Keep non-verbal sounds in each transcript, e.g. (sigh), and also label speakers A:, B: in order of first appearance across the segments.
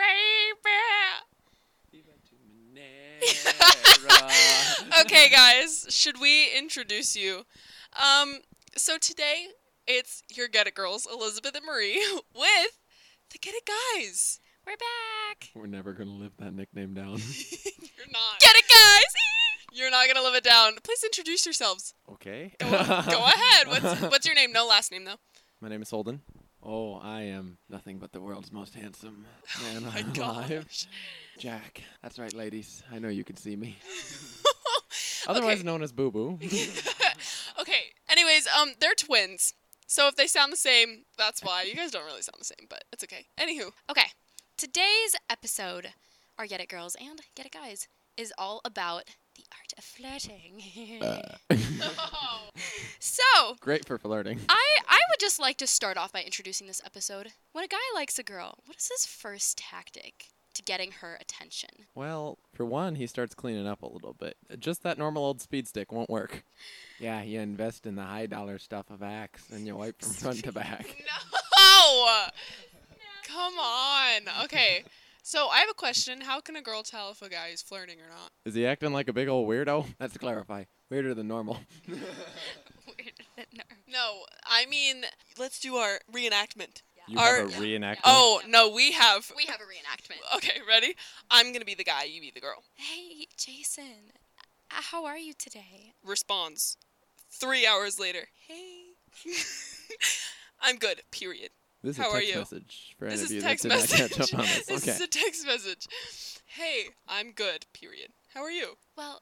A: (laughs) introduce you. Um, so today it's your Get It Girls, Elizabeth and Marie, (laughs) with the Get It Guys.
B: We're back.
C: We're never gonna live that nickname (laughs) down.
A: You're not.
B: Get it, guys.
A: (laughs) You're not gonna live it down. Please introduce yourselves.
C: okay.
A: Go,
C: (laughs)
A: (laughs) go ahead. What's what's your name? No last name though.
C: My name is Holden. Oh, I am nothing but the world's most (laughs) handsome man
A: My (laughs)
C: alive.
A: gosh.
C: Jack. That's right, ladies. I know you can see (laughs) me. Otherwise known as Boo (laughs) Boo.
A: Okay. Anyways, um, they're twins. So if they sound the same, that's why. You guys don't really sound the same, but it's okay. (laughs) Anywho,
B: Okay. Today's episode, our Get It Girls and Get It Guys, is all about the art of flirting.
C: Uh.
B: (laughs)
A: Oh.
B: so,
C: Great for flirting.
B: I, I would just like to start off by introducing this episode. When a guy likes a girl, what is his first tactic to getting her (laughs) attention?
C: Well, for one, he starts cleaning up a little bit. Just that normal old speed stick won't work. Yeah, you invest in the high dollar stuff of Axe and you wipe from front to (laughs) back.
A: no. Oh, Come on. Okay. So I have a question. How can a girl tell if a guy is flirting or not?
C: Is he acting like a big old weirdo? That's to clarify. Weirder than normal.
A: No, I mean, let's do our reenactment.
C: You
A: Are-
C: have a reenactment.
A: Oh no, we have. (laughs)
B: We have a reenactment.
A: Okay, ready? I'm gonna be the guy. You be the girl.
B: Hey, Jason. Uh, How are you today?
A: Responds. Three hours later. Hey. I'm good. Period.
C: This is
A: How
C: a
A: are
C: text
A: you?
C: message for
A: This
C: any of
A: is a
C: you that
A: text
C: did
A: message.
C: not catch up on
A: (laughs)
C: this.
A: this
B: (laughs)
C: okay.
A: is a text message. Hey, I'm good. Period. How are you?
B: Well,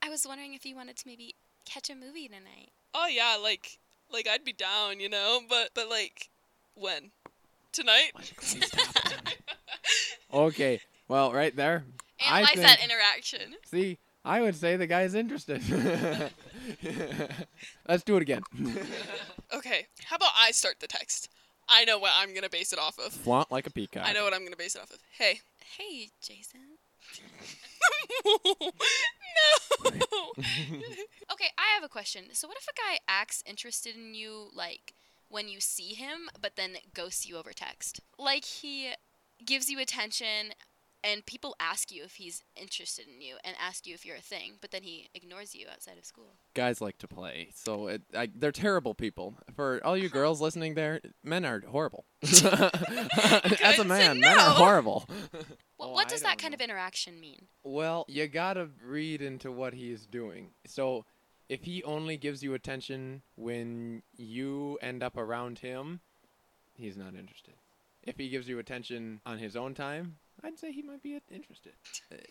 B: I was wondering if you wanted to maybe catch a movie tonight.
A: Oh yeah, like like I'd be down, you know, but but like when? Tonight?
C: okay. Well, right there. I
B: Analyze
C: think,
B: that interaction.
C: see, I would say the guy's interested. (laughs) Let's do it again. (laughs)
A: Okay. How about I start the text? I know what I'm going to base it off of.
C: Flaunt like a peacock.
A: I know what I'm going to base it off of. Hey. (laughs)
B: Hey, Jason.
A: no.
B: Okay, I have a question. So, what if a guy acts interested in you, like when you see him, but then ghosts you over text? Like he gives you attention, and people ask you if he's interested in you and ask you if you're a thing, but then he ignores you outside of school.
C: Guys like to play, so it, I, they're terrible people. For all you girls listening there, men are horrible. (laughs) As a
B: to
C: man, men are
B: know.
C: horrible.
B: (laughs) Well,
C: Oh,
B: what
C: I
B: does that
C: don't
B: kind
C: know.
B: of interaction mean?
C: Well, you gotta read into what he's doing. So, if he only gives you attention when you end up around him, he's not interested. If he gives you attention on his own time, I'd say he might be interested.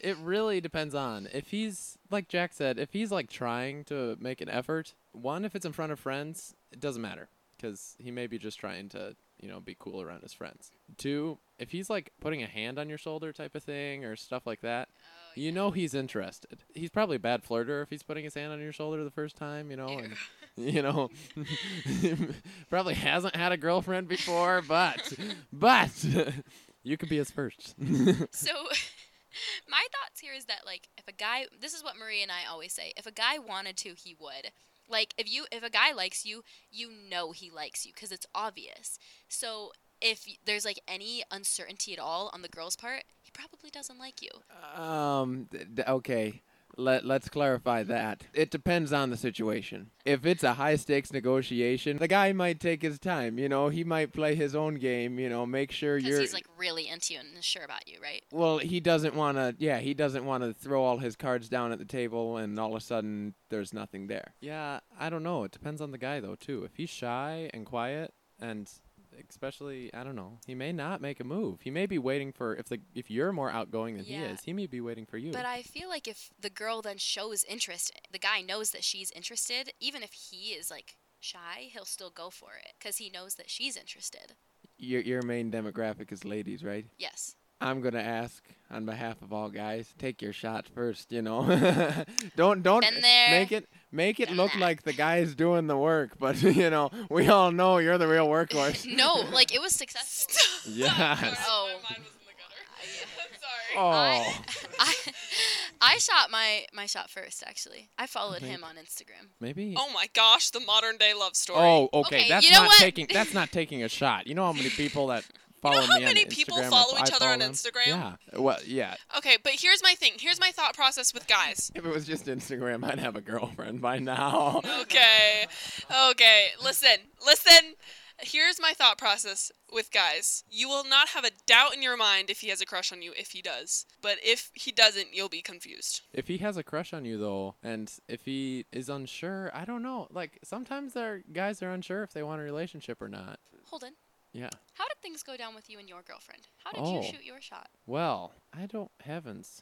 C: It really depends on if he's like Jack said. If he's like trying to make an effort, one, if it's in front of friends, it doesn't matter because he may be just trying to you know be cool around his friends. Two, if he's like putting a hand on your shoulder type of thing or stuff like that, you know he's interested. He's probably a bad flirter if he's putting his hand on your shoulder the first time, you know, and (laughs) you know probably hasn't had a girlfriend before, but but (laughs) you could be his first. (laughs)
B: So, (laughs) my thoughts here is that like if a guy, this is what Marie and I always say, if a guy wanted to, he would. Like if you if a guy likes you, you know he likes you cuz it's obvious. So, if y- there's like any uncertainty at all on the girl's part, he probably doesn't like you.
C: Um. d- d- okay. Let Let's clarify that. It depends on the situation. If it's a high stakes negotiation, the guy might take his time. You know, he might play his own game. You know, make sure
B: Cuz
C: you're.
B: he's like really into you and is sure about you, right?
C: well, he doesn't want to. Yeah, he doesn't want to throw all his cards down at the table, and all of a sudden there's nothing there. Yeah, I don't know. It depends on the guy though too. If he's shy and quiet, and especially I don't know, he may not make a move. He may be waiting for if the if you're more outgoing than
B: Yeah.
C: he is, he may be waiting for you.
B: But I feel like if the girl then shows interest, the guy knows that she's interested, even if he is like shy, he'll still go for it cuz he knows that she's interested.
C: your your main demographic is ladies, right?
B: Yes.
C: I'm gonna ask on behalf of all guys, take your shot first. You know, (laughs) don't don't
B: Been there,
C: make it make it
B: done
C: look
B: that.
C: like the guy's doing the work, but (laughs) you know we all know you're the real workhorse.
B: (laughs) No,
C: (laughs)
B: like it was successful. (laughs)
C: yes.
B: Oh.
A: My mind was in the gutter. (laughs) I'm sorry.
C: Oh,
B: I, I shot my my shot first actually. I followed him on Instagram.
C: maybe.
A: Oh my gosh, the modern day love story.
C: Oh, okay.
B: Okay,
C: That's
B: you know
C: not
B: what?
C: taking. That's not taking a shot. You know how many people that Follow
A: you know how
C: me on
A: many people
C: Instagram or
A: follow
C: if I
A: each other on
C: them.
A: Instagram?
C: Yeah. Well, yeah.
A: Okay, but here's my thing. Here's my thought process with guys.
C: If it was just Instagram, I'd have a girlfriend by now.
A: Okay. Okay. Listen. Listen. Here's my thought process with guys. You will not have a doubt in your mind if he has a crush on you if he does. But if he doesn't, you'll be confused.
C: If he has a crush on you though, and if he is unsure, I don't know. Like sometimes their guys are unsure if they want a relationship or not.
B: Hold on.
C: Yeah.
B: How did things go down with you and your girlfriend? How did
C: Oh.
B: you shoot your shot?
C: Well, I don't heavens.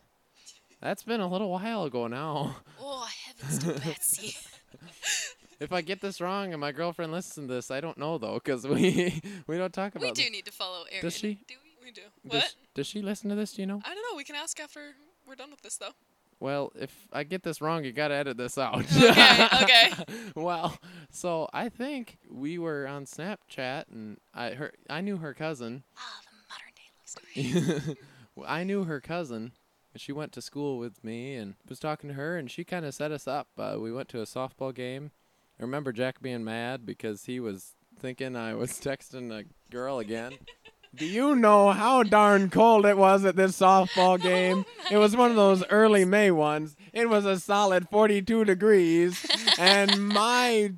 C: That's been a little while ago now. (laughs)
B: Oh, heavens to Betsy.
C: If I get this wrong and my girlfriend listens to this, I don't know though, because we (laughs) we don't talk about.
B: we
C: this.
B: do need to follow Erin.
C: she?
B: Do we?
A: We do.
C: Does,
A: What?
C: does she listen to this? Do you know?
A: I don't know. We can ask after we're done with this, though.
C: Well, if I get this wrong, you gotta edit this out.
A: Okay, okay.
C: (laughs) well, so I think we were on Snapchat, and I her I knew her cousin.
B: Ah, the modern day
C: (laughs)
B: love story.
C: Well, I knew her cousin. and She went to school with me and was talking to her, and she kind of set us up. Uh, we went to a softball game. I remember Jack being mad because he was thinking I was (laughs) texting a girl again. Do you know how darn cold it was at this softball game? it was one of those early May ones. It was a solid 42 degrees, and my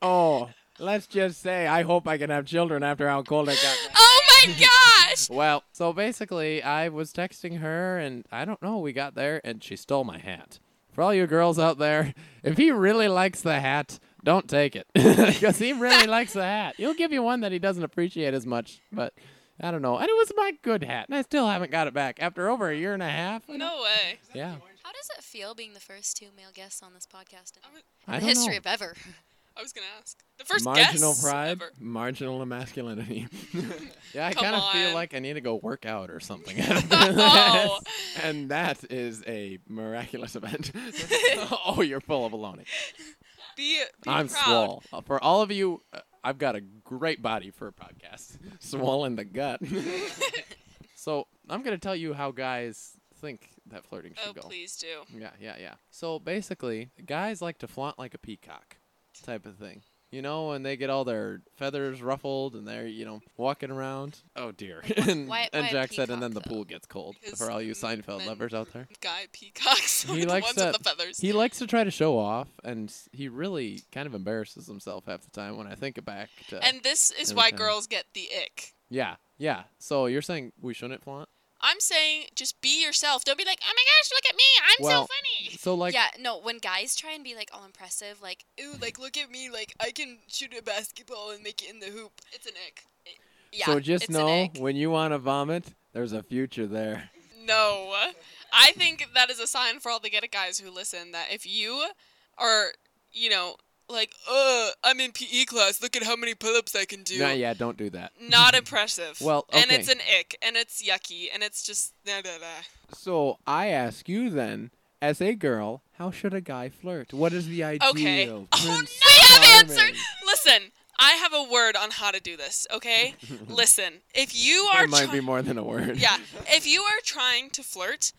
C: oh, let's just say I hope I can have children after how cold it got.
B: Oh
C: (laughs)
B: my gosh!
C: Well, so basically, I was texting her, and I don't know, we got there, and she stole my hat. For all you girls out there, if he really likes the hat, don't take it. (laughs) Because he really likes the hat. He'll give you one that he doesn't appreciate as much, but I don't know. And it was my good hat, and I still haven't got it back after over a year and a half. I don't-
A: No way.
C: Yeah.
B: How does it feel being the first two male guests on this podcast?
A: I was,
C: I
B: the
C: don't
B: history
C: know.
B: of ever.
A: I was going to ask. The first
C: marginal
A: guess
C: pride,
A: ever.
C: marginal
A: (laughs)
C: masculinity. yeah, I
A: Come
C: kind of feel
A: on.
C: like I need to go work out or something. after
A: (laughs) Oh.
C: this. (laughs) And that is a
A: (laughs)
C: miraculous event. (laughs) oh, you're full of baloney.
A: Be, be
C: I'm
A: proud.
C: swole. For all of you, uh, I've got a great body for a podcast. (laughs) Swollen
A: (laughs)
C: the gut. (laughs) so I'm gonna tell you how guys think that flirting should
A: Oh,
C: go.
A: please do.
C: Yeah, yeah, yeah. So basically, guys like to flaunt like a peacock, type of thing. You know, when they get all their feathers ruffled and they're you know walking around. Oh dear. (laughs) and
B: why-
C: and
B: why a
C: Jack said,
B: peacock,
C: and then the
B: though?
C: pool gets cold.
A: Because
C: For all you Seinfeld
A: men-
C: lovers out there.
A: Guy peacocks. are
C: He
A: the
C: likes
A: ones
C: that-
A: with the feathers.
C: He likes to try to show off, and s- he really kind of embarrasses himself half the time when I think back to.
A: and this is
C: every
A: why
C: time.
A: girls get the ick.
C: yeah, yeah. So you're saying we shouldn't flaunt?
A: I'm saying just be yourself. Don't be like, oh my gosh, look at me. I'm so
C: Well-
A: funny.
C: So like,
B: yeah, no, when guys try and be like all impressive, like,
A: Ooh, like, look at me. Like, I can shoot a basketball and make it in the hoop. It's an ick.
B: yeah.
C: so just
B: it's an
C: know
B: ick.
C: when you want to vomit, there's a future there.
A: No. I think that is a sign for all the get it guys who listen that if you are, you know, like, uh, I'm in PE class. Look at how many pull ups I can do.
C: No, yeah, don't do that.
A: Not impressive.
C: (laughs) Well,
A: And
C: okay.
A: it's an ick. And it's yucky. And it's just, da da da.
C: So I ask you then, as a girl, how should a guy flirt? What is the ideal?
A: Okay. (laughs) Oh,
C: Prince
A: no, I have
C: Charming?
A: answered. Listen, I have a word on how to do this.
C: (laughs)
A: Okay. (laughs) Listen, if you are
C: It might
A: try-
C: be more than a word.
A: yeah, if you are trying to flirt,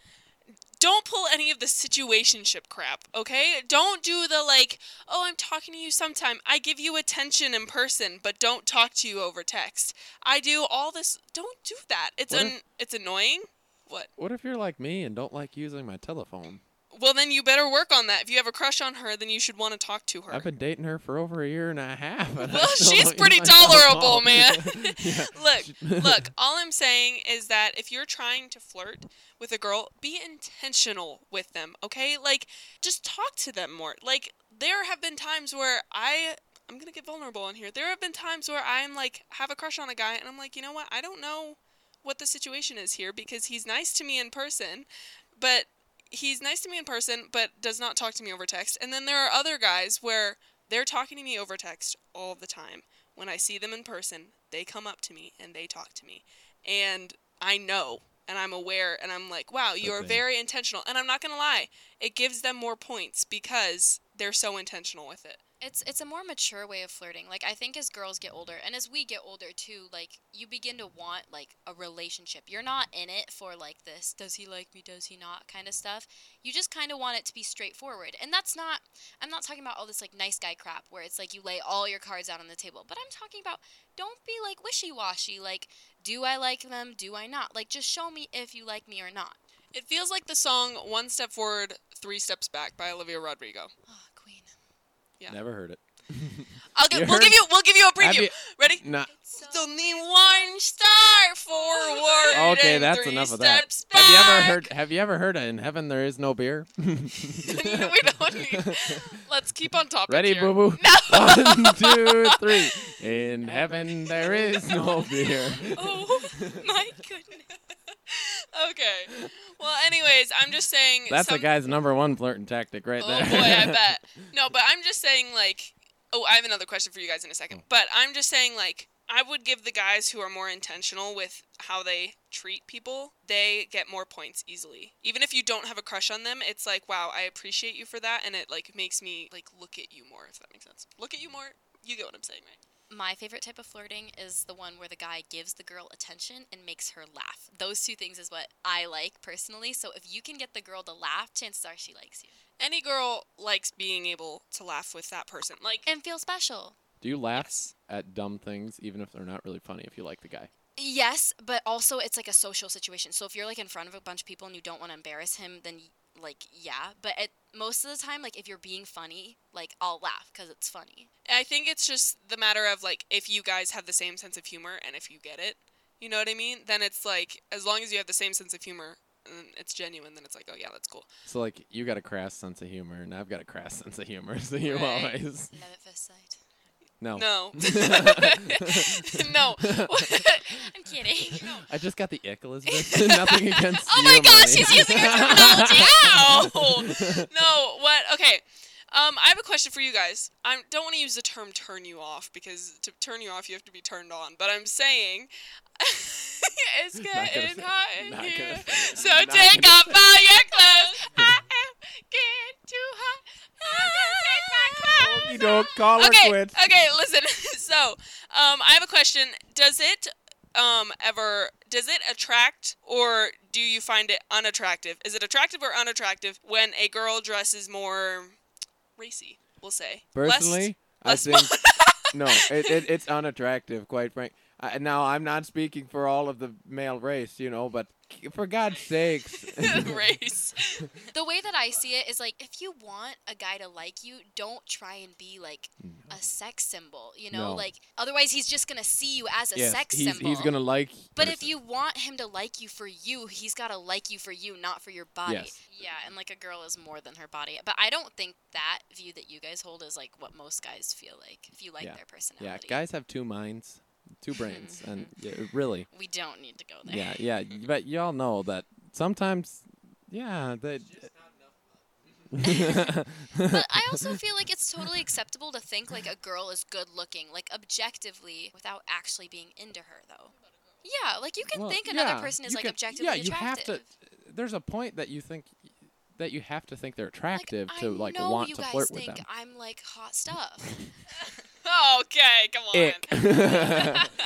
A: don't pull any of the situationship crap. Okay. Don't do the like, oh, I'm talking to you sometime. I give you attention in person, but don't talk to you over text. I do all this. Don't do that. It's
C: What
A: an it's annoying. What?
C: What if you're like me and don't like using my telephone?
A: Well, then you better work on that. If you have a crush on her, then you should want to talk to her.
C: I've been dating her for over a year and a half. and I
A: Well,
C: still
A: she's
C: don't use
A: pretty
C: my telephone.
A: tolerable, man.
C: (laughs) Yeah.
A: (laughs) look, look, all I'm saying is that if you're trying to flirt with a girl, be intentional with them, okay? Like just talk to them more. Like there have been times where I I'm going to get vulnerable on here. There have been times where I'm like have a crush on a guy and I'm like, "You know what? I don't know what the situation is here because he's nice to me in person, but he's nice to me in person but does not talk to me over text. And then there are other guys where they're talking to me over text all the time. When I see them in person, they come up to me and they talk to me. And I know and I'm aware and I'm like, wow, you
C: But
A: are
C: they-
A: very intentional. And I'm not going to lie, it gives them more points because they're so intentional with it.
B: It's it's a more mature way of flirting. Like I think as girls get older and as we get older too, like you begin to want like a relationship. You're not in it for like this does he like me, does he not kind of stuff. You just kind of want it to be straightforward. And that's not I'm not talking about all this like nice guy crap where it's like you lay all your cards out on the table, but I'm talking about don't be like wishy-washy like do I like them, do I not? Like just show me if you like me or not.
A: It feels like the song One Step Forward, Three Steps Back by Olivia Rodrigo.
B: Oh, queen.
A: Yeah.
C: Never heard it.
A: I'll give,
C: You
A: we'll
C: heard-
A: give you we'll give you a
C: I'd
A: preview.
C: be-
A: Ready?
C: Nah.
A: Still need one star forward.
C: (laughs) Okay,
A: and
C: that's
A: three
C: enough of that.
A: steps
C: Have you ever
A: back.
C: heard? Have you ever heard? Of, In heaven, there is
A: (laughs)
C: no beer.
A: we don't
C: (laughs)
A: need. Let's keep on topic.
C: Ready,
A: here.
C: boo boo?
A: No.
C: (laughs) One, two, three. In heaven, there is no beer. (laughs)
A: (laughs)
B: Oh my (laughs) goodness.
A: Okay. Well, anyways, I'm just saying.
C: That's a
A: some-
C: guy's number one flirting tactic right
A: Oh
C: there.
A: boy,
C: (laughs)
A: I bet. No, but I'm just saying like. Oh, I have another question for you guys in a second. But I'm just saying like I would give the guys who are more intentional with how they treat people, they get more points easily. Even if you don't have a crush on them, it's like wow, I appreciate you for that, and it like makes me like look at you more. If that makes sense. Look at you more. You get what I'm saying, right?
B: My favorite type of flirting is the one where the guy gives the girl attention and makes her laugh. Those two things is what I like personally. So if you can get the girl to laugh, chances are she likes you
A: Any girl likes being able to laugh with that person. Like
B: and feel special.
C: Do you laugh
A: Yes.
C: at dumb things, even if they're not really funny, if you like the guy?
B: Yes, but also it's like a social situation. So if you're like in front of a bunch of people and you don't want to embarrass him, then like yeah. But at most of the time, like if you're being funny, like I'll laugh because it's funny.
A: I think it's just the matter of like if you guys have the same sense of humor and if you get it, you know what I mean? Then it's like as long as you have the same sense of humor and it's genuine, then it's like, oh yeah, that's cool.
C: So like, you got a crass sense of humor, and I've got a crass (laughs) sense of humor. So you
A: Right.
C: always (laughs)
B: Love at first sight.
C: no.
A: No. no.
B: (laughs)
A: (laughs)
B: I'm kidding.
C: (laughs)
B: (laughs)
C: I just got the ick, Elizabeth. Nothing against
B: Oh
C: you.
B: my gosh,
C: Marie.
B: she's using her
C: (laughs)
B: terminology.
A: Ow! No, what? Okay. Um, I have a question for you guys. I don't want to use the term turn you off because to turn you off, you have to be turned on. But I'm saying (laughs) it's
C: gonna
A: getting
C: say-
A: hot in
C: not
A: here.
C: gonna
A: (laughs)
C: say-
A: So
C: not
A: take
C: gonna
A: off all your clothes. I am getting too hot. I'm gonna take my clothes
C: Oh, You don't call her
A: okay,
C: quits.
A: Okay, listen. (laughs) so, um, I have a question. Does it um ever does it attract or do you find it unattractive? Is it attractive or unattractive when a girl dresses more racy, we'll say? Less-
C: Personally,
A: less
C: I think no, it, it, it's unattractive. Quite frank. I, now I'm not speaking for all of the male race, you know, but c- for God's sakes, (laughs)
A: race. (laughs)
B: the way that I see it is like if you want a guy to like you, don't try and be like a sex symbol, you know?
C: Mm-hmm. No.
B: Like otherwise he's just going to see you as a
C: yes,
B: sex
C: he's
B: symbol.
C: he's gonna like.
B: but if
C: person.
B: you want him to like you for you, he's got to like you for you, not for your body.
C: Yes.
B: Yeah, and like a girl is more than her body. But I don't think that view that you guys hold is like what most guys feel like if you like
C: Yeah.
B: their
C: yeah,
B: personality.
C: guys have two minds,
B: (laughs)
C: two brains, and yeah, really,
B: We don't need to go there. (laughs)
C: yeah, yeah. But y'all know that sometimes, yeah, they.
B: (laughs) but
C: (laughs)
B: I also feel like it's totally acceptable to think like a girl is good looking, like objectively, without actually being into her, though. Yeah, like you can
C: Well,
B: think another
C: yeah,
B: person is
C: you
B: like
C: can-
B: objectively
C: yeah,
B: attractive.
C: you have to. There's a point that you think that you have to think they're attractive
B: like,
C: to
B: I
C: like
B: know
C: want
B: you
C: to
B: guys
C: flirt
B: think
C: with them.
B: I'm like hot
C: (laughs)
B: stuff.
A: okay, come on.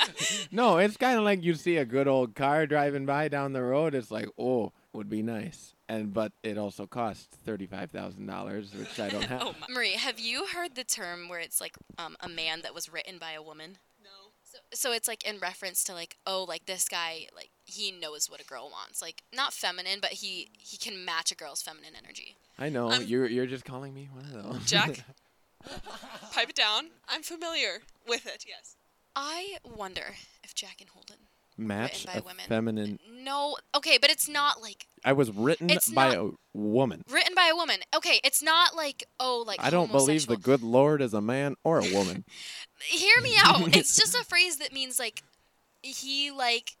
B: (laughs)
C: Ick. no, it's kind of like you see a good old car driving by down the road. It's like, oh, would be nice, and but it also costs thirty five thousand dollars, which
B: (laughs)
C: I don't have.
B: Marie, have you heard the term where it's like um, a man that was written by a woman?
A: No.
B: So, so it's like in reference to like oh like this guy like he knows what a girl wants like not feminine but he he can match a girl's feminine energy.
C: I know
A: I'm-
C: you're you're just calling me one of those. (laughs)
A: Jack? Pipe it down. I'm familiar with it,
C: (laughs)
A: yes.
B: I wonder if Jack and Holden
C: match
B: by
C: a
B: women.
C: feminine.
B: No, okay, but it's not like
C: I was written
B: It's
C: by
B: not-
C: a woman.
B: written by a woman. Okay, it's not like oh, like
C: I don't believe the
B: homosexual.
C: good Lord is a man or a woman.
B: Hear me
C: (laughs)
B: out. it's just a phrase that means like he like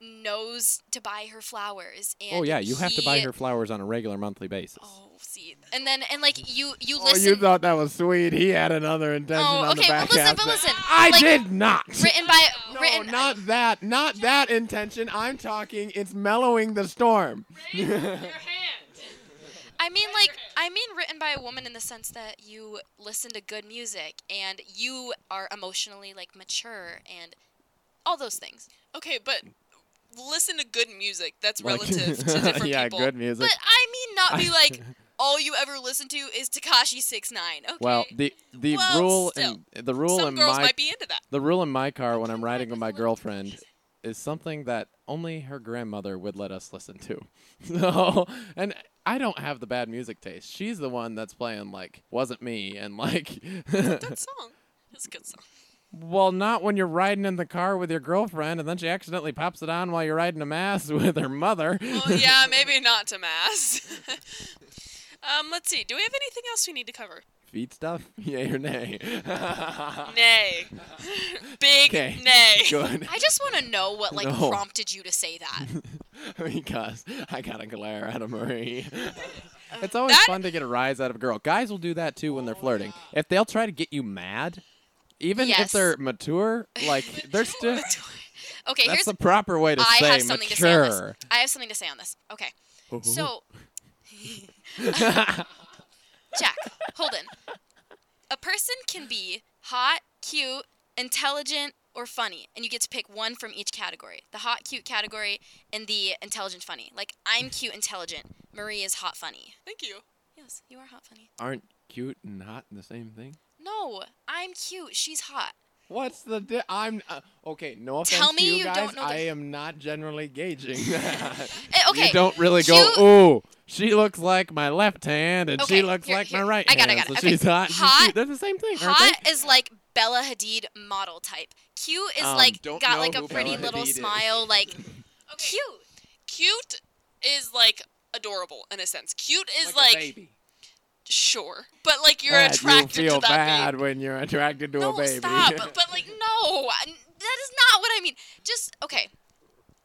B: knows to buy her flowers. And
C: oh yeah, you have to buy
B: he-
C: her flowers on a regular monthly basis.
B: Oh, see, and then and like you you
C: Oh,
B: listen.
C: you thought that was sweet. He had another intention
B: Oh,
C: on the
B: okay, well,
C: back
B: listen,
C: half
B: but
C: there.
B: listen,
C: I
B: like,
C: did
B: (laughs)
C: not. (laughs)
B: written by
A: No,
C: no,
B: written.
C: not that. Not that intention. I'm talking. It's mellowing the storm.
A: Raise your hand.
B: I mean like I mean, written by a woman in the sense that you listen to good music and you are emotionally like mature and all those things.
A: Okay, but listen to good music. That's
C: Like-
A: relative
C: (laughs)
A: to different
C: yeah,
A: people.
C: good music.
B: but I mean, not be
C: (laughs)
B: like all you ever listen to is Takashi Six Nine. Okay.
C: well, the the
A: Well,
C: rule
A: still.
C: in the rule in
A: Some girls
C: my
A: might be into that.
C: the rule in my car when I'm
B: Can't
C: riding
B: find
C: with
B: this
C: my
B: little
C: girlfriend
B: piece.
C: is something that only her grandmother would let us listen to. (laughs) So, and I don't have the bad music taste. She's the one that's playing like wasn't me and like (laughs)
A: Good song. It's a good song.
C: well, not when you're riding in the car with your girlfriend and then she accidentally pops it on while you're riding a mass (laughs) with her mother.
A: Well, yeah, maybe not to mass. (laughs) um, let's see. Do we have anything else we need to cover?
C: (laughs) Feet stuff? (laughs) Yay or nay?
A: Nay. (laughs) Big
C: Okay.
A: nay.
C: Good.
B: I just want to know what like
C: (laughs) No.
B: prompted you to say that.
C: (laughs) because I got a glare out
B: (laughs)
C: of Marie. it's always
A: that-
C: fun to get a rise out of a girl. Guys will do that too when they're flirting. If they'll try to get you mad, even if
B: Yes.
C: they're mature,
B: (laughs)
C: like they're still.
B: Okay,
C: That's
B: here's
C: the proper way to
B: I
C: say
B: have something to say on this.
C: mature.
B: I have something to say on this. Okay. So, uh, Jack, Holden, a person can be hot, cute, intelligent, or funny, and you get to pick one from each category the hot, cute category and the intelligent, funny. Like, I'm cute, intelligent. Marie is hot, funny.
A: Thank you.
B: Yes, you are hot, funny.
C: (laughs) Aren't cute and hot the same thing?
B: No, I'm cute. She's hot.
C: What's the di- I'm uh, okay. No offense
B: Tell
C: to
B: me
C: you,
B: you
C: guys.
B: don't know the-
C: I am not
B: (laughs)
C: generally gauging that.
B: Eh, Okay.
C: You don't really go.
B: Cute-
C: Ooh, she looks like my left hand, and she
B: Okay,
C: looks
B: here-
C: like
B: here.
C: my right
B: I got it, I
C: hand.
B: got it.
C: So
B: Okay.
C: she's hot. and she's
B: Hot-
C: cute. They're the same thing, aren't
B: Hot is like Bella Hadid model type. Cute is
C: Um,
B: like
C: don't
B: got
C: know
B: like a
C: who
B: pretty
C: Bella
B: little
C: Hadid is.
B: smile, like
A: Okay.
B: cute.
A: Cute is like adorable in a sense. Cute
C: they?
A: is like, sure, but like you're
C: That
A: attracted
C: you feel
A: to that
C: bad
A: baby.
C: when you're attracted to
A: no,
C: a baby. (laughs)
A: stop. But like,
B: No, I- that is not what I mean. Just okay.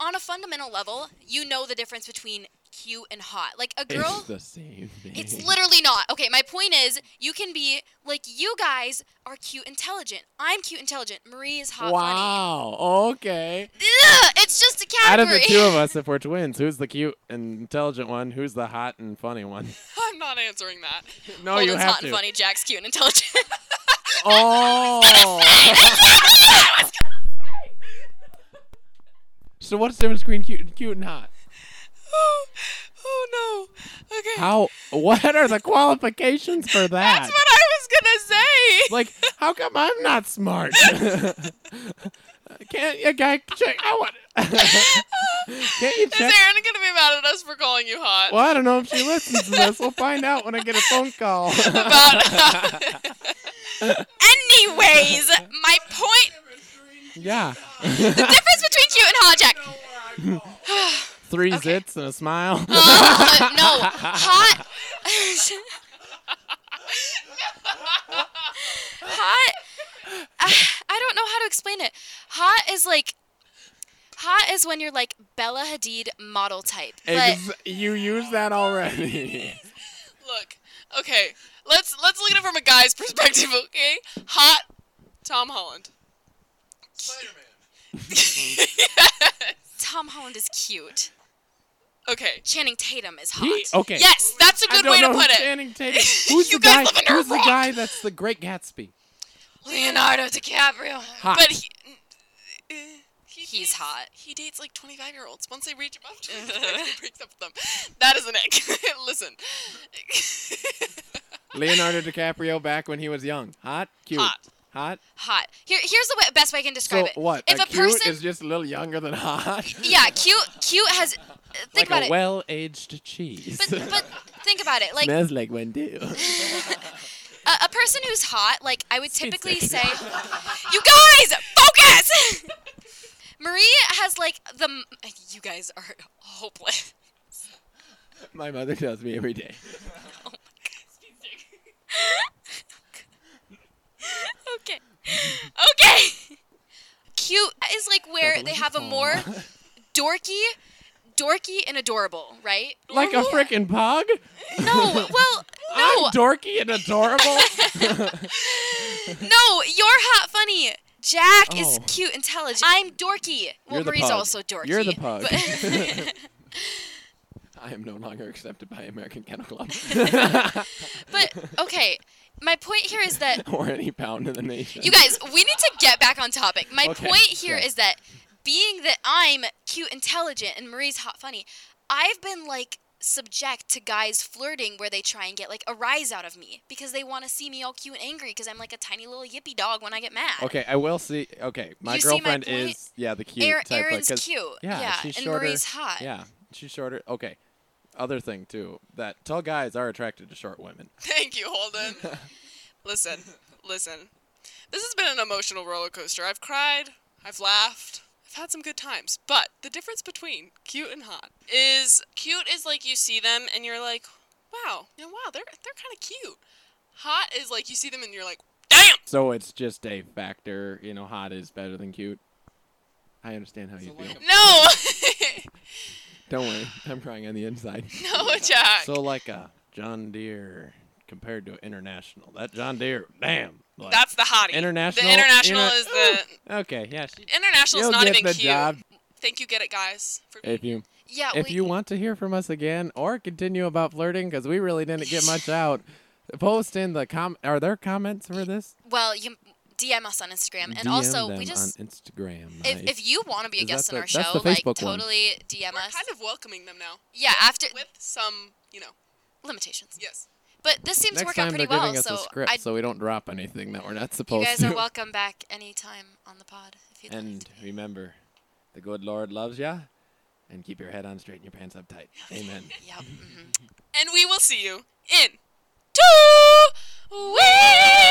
B: On a fundamental level, you know the difference between cute and hot. Like a
C: it's
B: girl,
C: the same thing.
B: it's literally not. Okay, my point is, you can be like you guys are cute, intelligent. I'm cute, intelligent. Marie is hot, funny.
C: Wow. Okay.
B: Ugh, it's just a
C: Out of
B: category.
C: the two
B: (laughs)
C: of us, if we're twins, who's the cute and intelligent one? Who's the hot and funny one?
A: (laughs)
B: (laughs)
C: (laughs)
A: I'm not answering that.
C: No,
B: Holden's
C: oh, you have
B: hot
C: to.
B: and funny. (laughs) Jack's cute and intelligent. (laughs)
C: Oh. so what's the difference between cute and cute and hot?
A: Oh, oh no. Okay.
C: How? What are the qualifications for that?
A: That's what I was gonna say.
C: like, how come I'm not smart? Can't a guy check? I
A: (laughs)
C: want. Can't you
A: Is
C: check?
A: Erin gonna be mad at us for calling you hot?
C: well, I don't know if she listens to this. We'll find out when I get a
A: (laughs)
C: phone call.
A: About
B: Anyways, my
C: (laughs)
B: point.
C: yeah,
B: The difference between cute and hot, Jack.
C: three zits and a smile.
A: Oh,
B: Uh, no, hot. (laughs) hot. I- I don't know how to explain it. Hot is like. Hot is when you're like Bella Hadid model type. But
C: Ex- you used that already.
A: look. Okay. Let's let's look at it from a guy's perspective. Okay. Hot. Tom Holland.
B: Tom Holland is cute.
A: Okay.
B: Channing Tatum is hot.
C: He- okay.
A: Yes, that's a
C: I
A: good
C: don't
A: way to
C: know who
A: put it.
C: Channing Tatum. Who's
A: (laughs) You
C: the guy?
A: guys live under a
C: who's the
A: rock.
C: guy that's the Great Gatsby?
B: Leonardo DiCaprio.
C: Hot.
A: But he, eh, he
B: He's
A: dates-
B: hot.
A: He dates like 25 year olds. Once they reach above 25, he breaks up with them. That is an ick. (laughs) Listen.
C: Leonardo DiCaprio back when he was young. Hot, cute,
A: Hot.
C: Hot.
B: Hot. Here, here's the way, best way I can
C: So
B: describe it.
C: what?
B: If
C: a
B: a,
C: cute
B: person,
C: is just a little younger
B: (laughs)
C: than hot.
B: yeah, cute, cute has.
C: (laughs) like
B: Think about
C: a
B: it.
C: well-aged cheese.
B: But,
C: (laughs)
B: but think about it. Like a,
C: Smells like
B: (laughs)
C: one too.
B: a person who's hot, like I would typically say, you guys focus. (laughs) Marie has like the. m- You guys are (laughs) hopeless. (laughs)
C: My mother tells me every day.
B: Okay. Okay. Cute is like where
C: Double
B: they have a
C: aw. (laughs)
B: more dorky, dorky and adorable, right? Oh,
C: Like a frickin' pug?
B: No,
C: (laughs)
B: well, no,
C: I'm dorky
B: (laughs)
C: and adorable.
B: no. You're hot, funny. Jack is
C: Oh.
B: cute, intelligent. I'm dorky. Well,
C: You're the
B: Marie's (laughs)
C: pug. (laughs)
B: also dorky.
C: You're the pug.
B: but-
C: I am no longer accepted by American
B: (laughs)
C: Kennel Club (laughs)
B: But okay, my point here is that
C: or any pound in the nation.
B: you guys, we need to get back on topic. My
C: Okay,
B: point here
C: yeah.
B: is that being that I'm cute, intelligent, and Marie's hot, funny, I've been like subject to guys flirting where they try and get like a rise out of me because they want to see me all cute and angry because I'm like a tiny little yippy dog when I get mad. (laughs)
C: Okay, I will see. Okay, my
B: You see my
C: girlfriend
B: point?
C: is yeah the cute
B: Erin-
C: type. like,
B: Erin's
C: 'cause-
B: cute.
C: Yeah,
B: Yeah,
C: she's
B: and
C: shorter.
B: Marie's hot.
C: Yeah, she's shorter. Okay, other thing too that tall guys are attracted to short women.
A: (laughs) Thank you,
C: (laughs)
A: Holden. listen, listen. This has been an emotional roller coaster. I've cried, I've laughed, I've had some good times. But the difference between cute and hot is cute is like you see them and you're like, wow, you know, wow, they're they're kind of cute. Hot is like you see them and you're like, damn.
C: So it's just a factor. You know, hot is better than cute. I understand how you
D: So
C: feel.
D: like-
A: No, (laughs)
C: Don't worry, I'm crying on
B: (laughs)
C: the inside.
A: no, Jack.
C: So like a John Deere compared to international. That John Deere, damn. Like,
A: That's the hottie.
C: international.
A: The international
C: inter-
A: is the
C: Okay, yeah. She,
A: international is
C: you'll
A: not
C: get
A: even
C: the
A: cute.
C: job
A: Think you get it, guys? For
C: if you
B: Yeah.
C: if
B: we,
C: you want to hear from us again or continue about flirting because we really didn't get much out post in the com are there comments for this
B: well, you can DM us on Instagram, and
C: DM
B: also
C: them
B: we just
C: on instagram
B: if,
C: Nice.
B: if you want to be a
C: Is that
B: guest
C: the-
B: on our
C: that's
B: show,
C: the
B: like
C: Facebook one.
B: totally DM
A: We're
B: us.
A: kind of welcoming them now
B: yeah, after
A: with some, you know,
B: limitations.
A: yes.
B: But this seems to
C: next
B: work out
C: time
B: pretty
C: they're
B: well.
C: giving us
B: so
C: a script
B: I,
C: so we don't drop anything that we're not
B: you
C: supposed
B: guys
C: to
B: are welcome back anytime on the pod if you'd
C: and
B: like. to be.
C: remember the good lord loves ya and keep your head on straight and your pants up tight
B: (laughs)
C: amen Mm-hmm.
B: Yep. mhm.
A: and we will see you in two weeks.
B: (laughs) Oh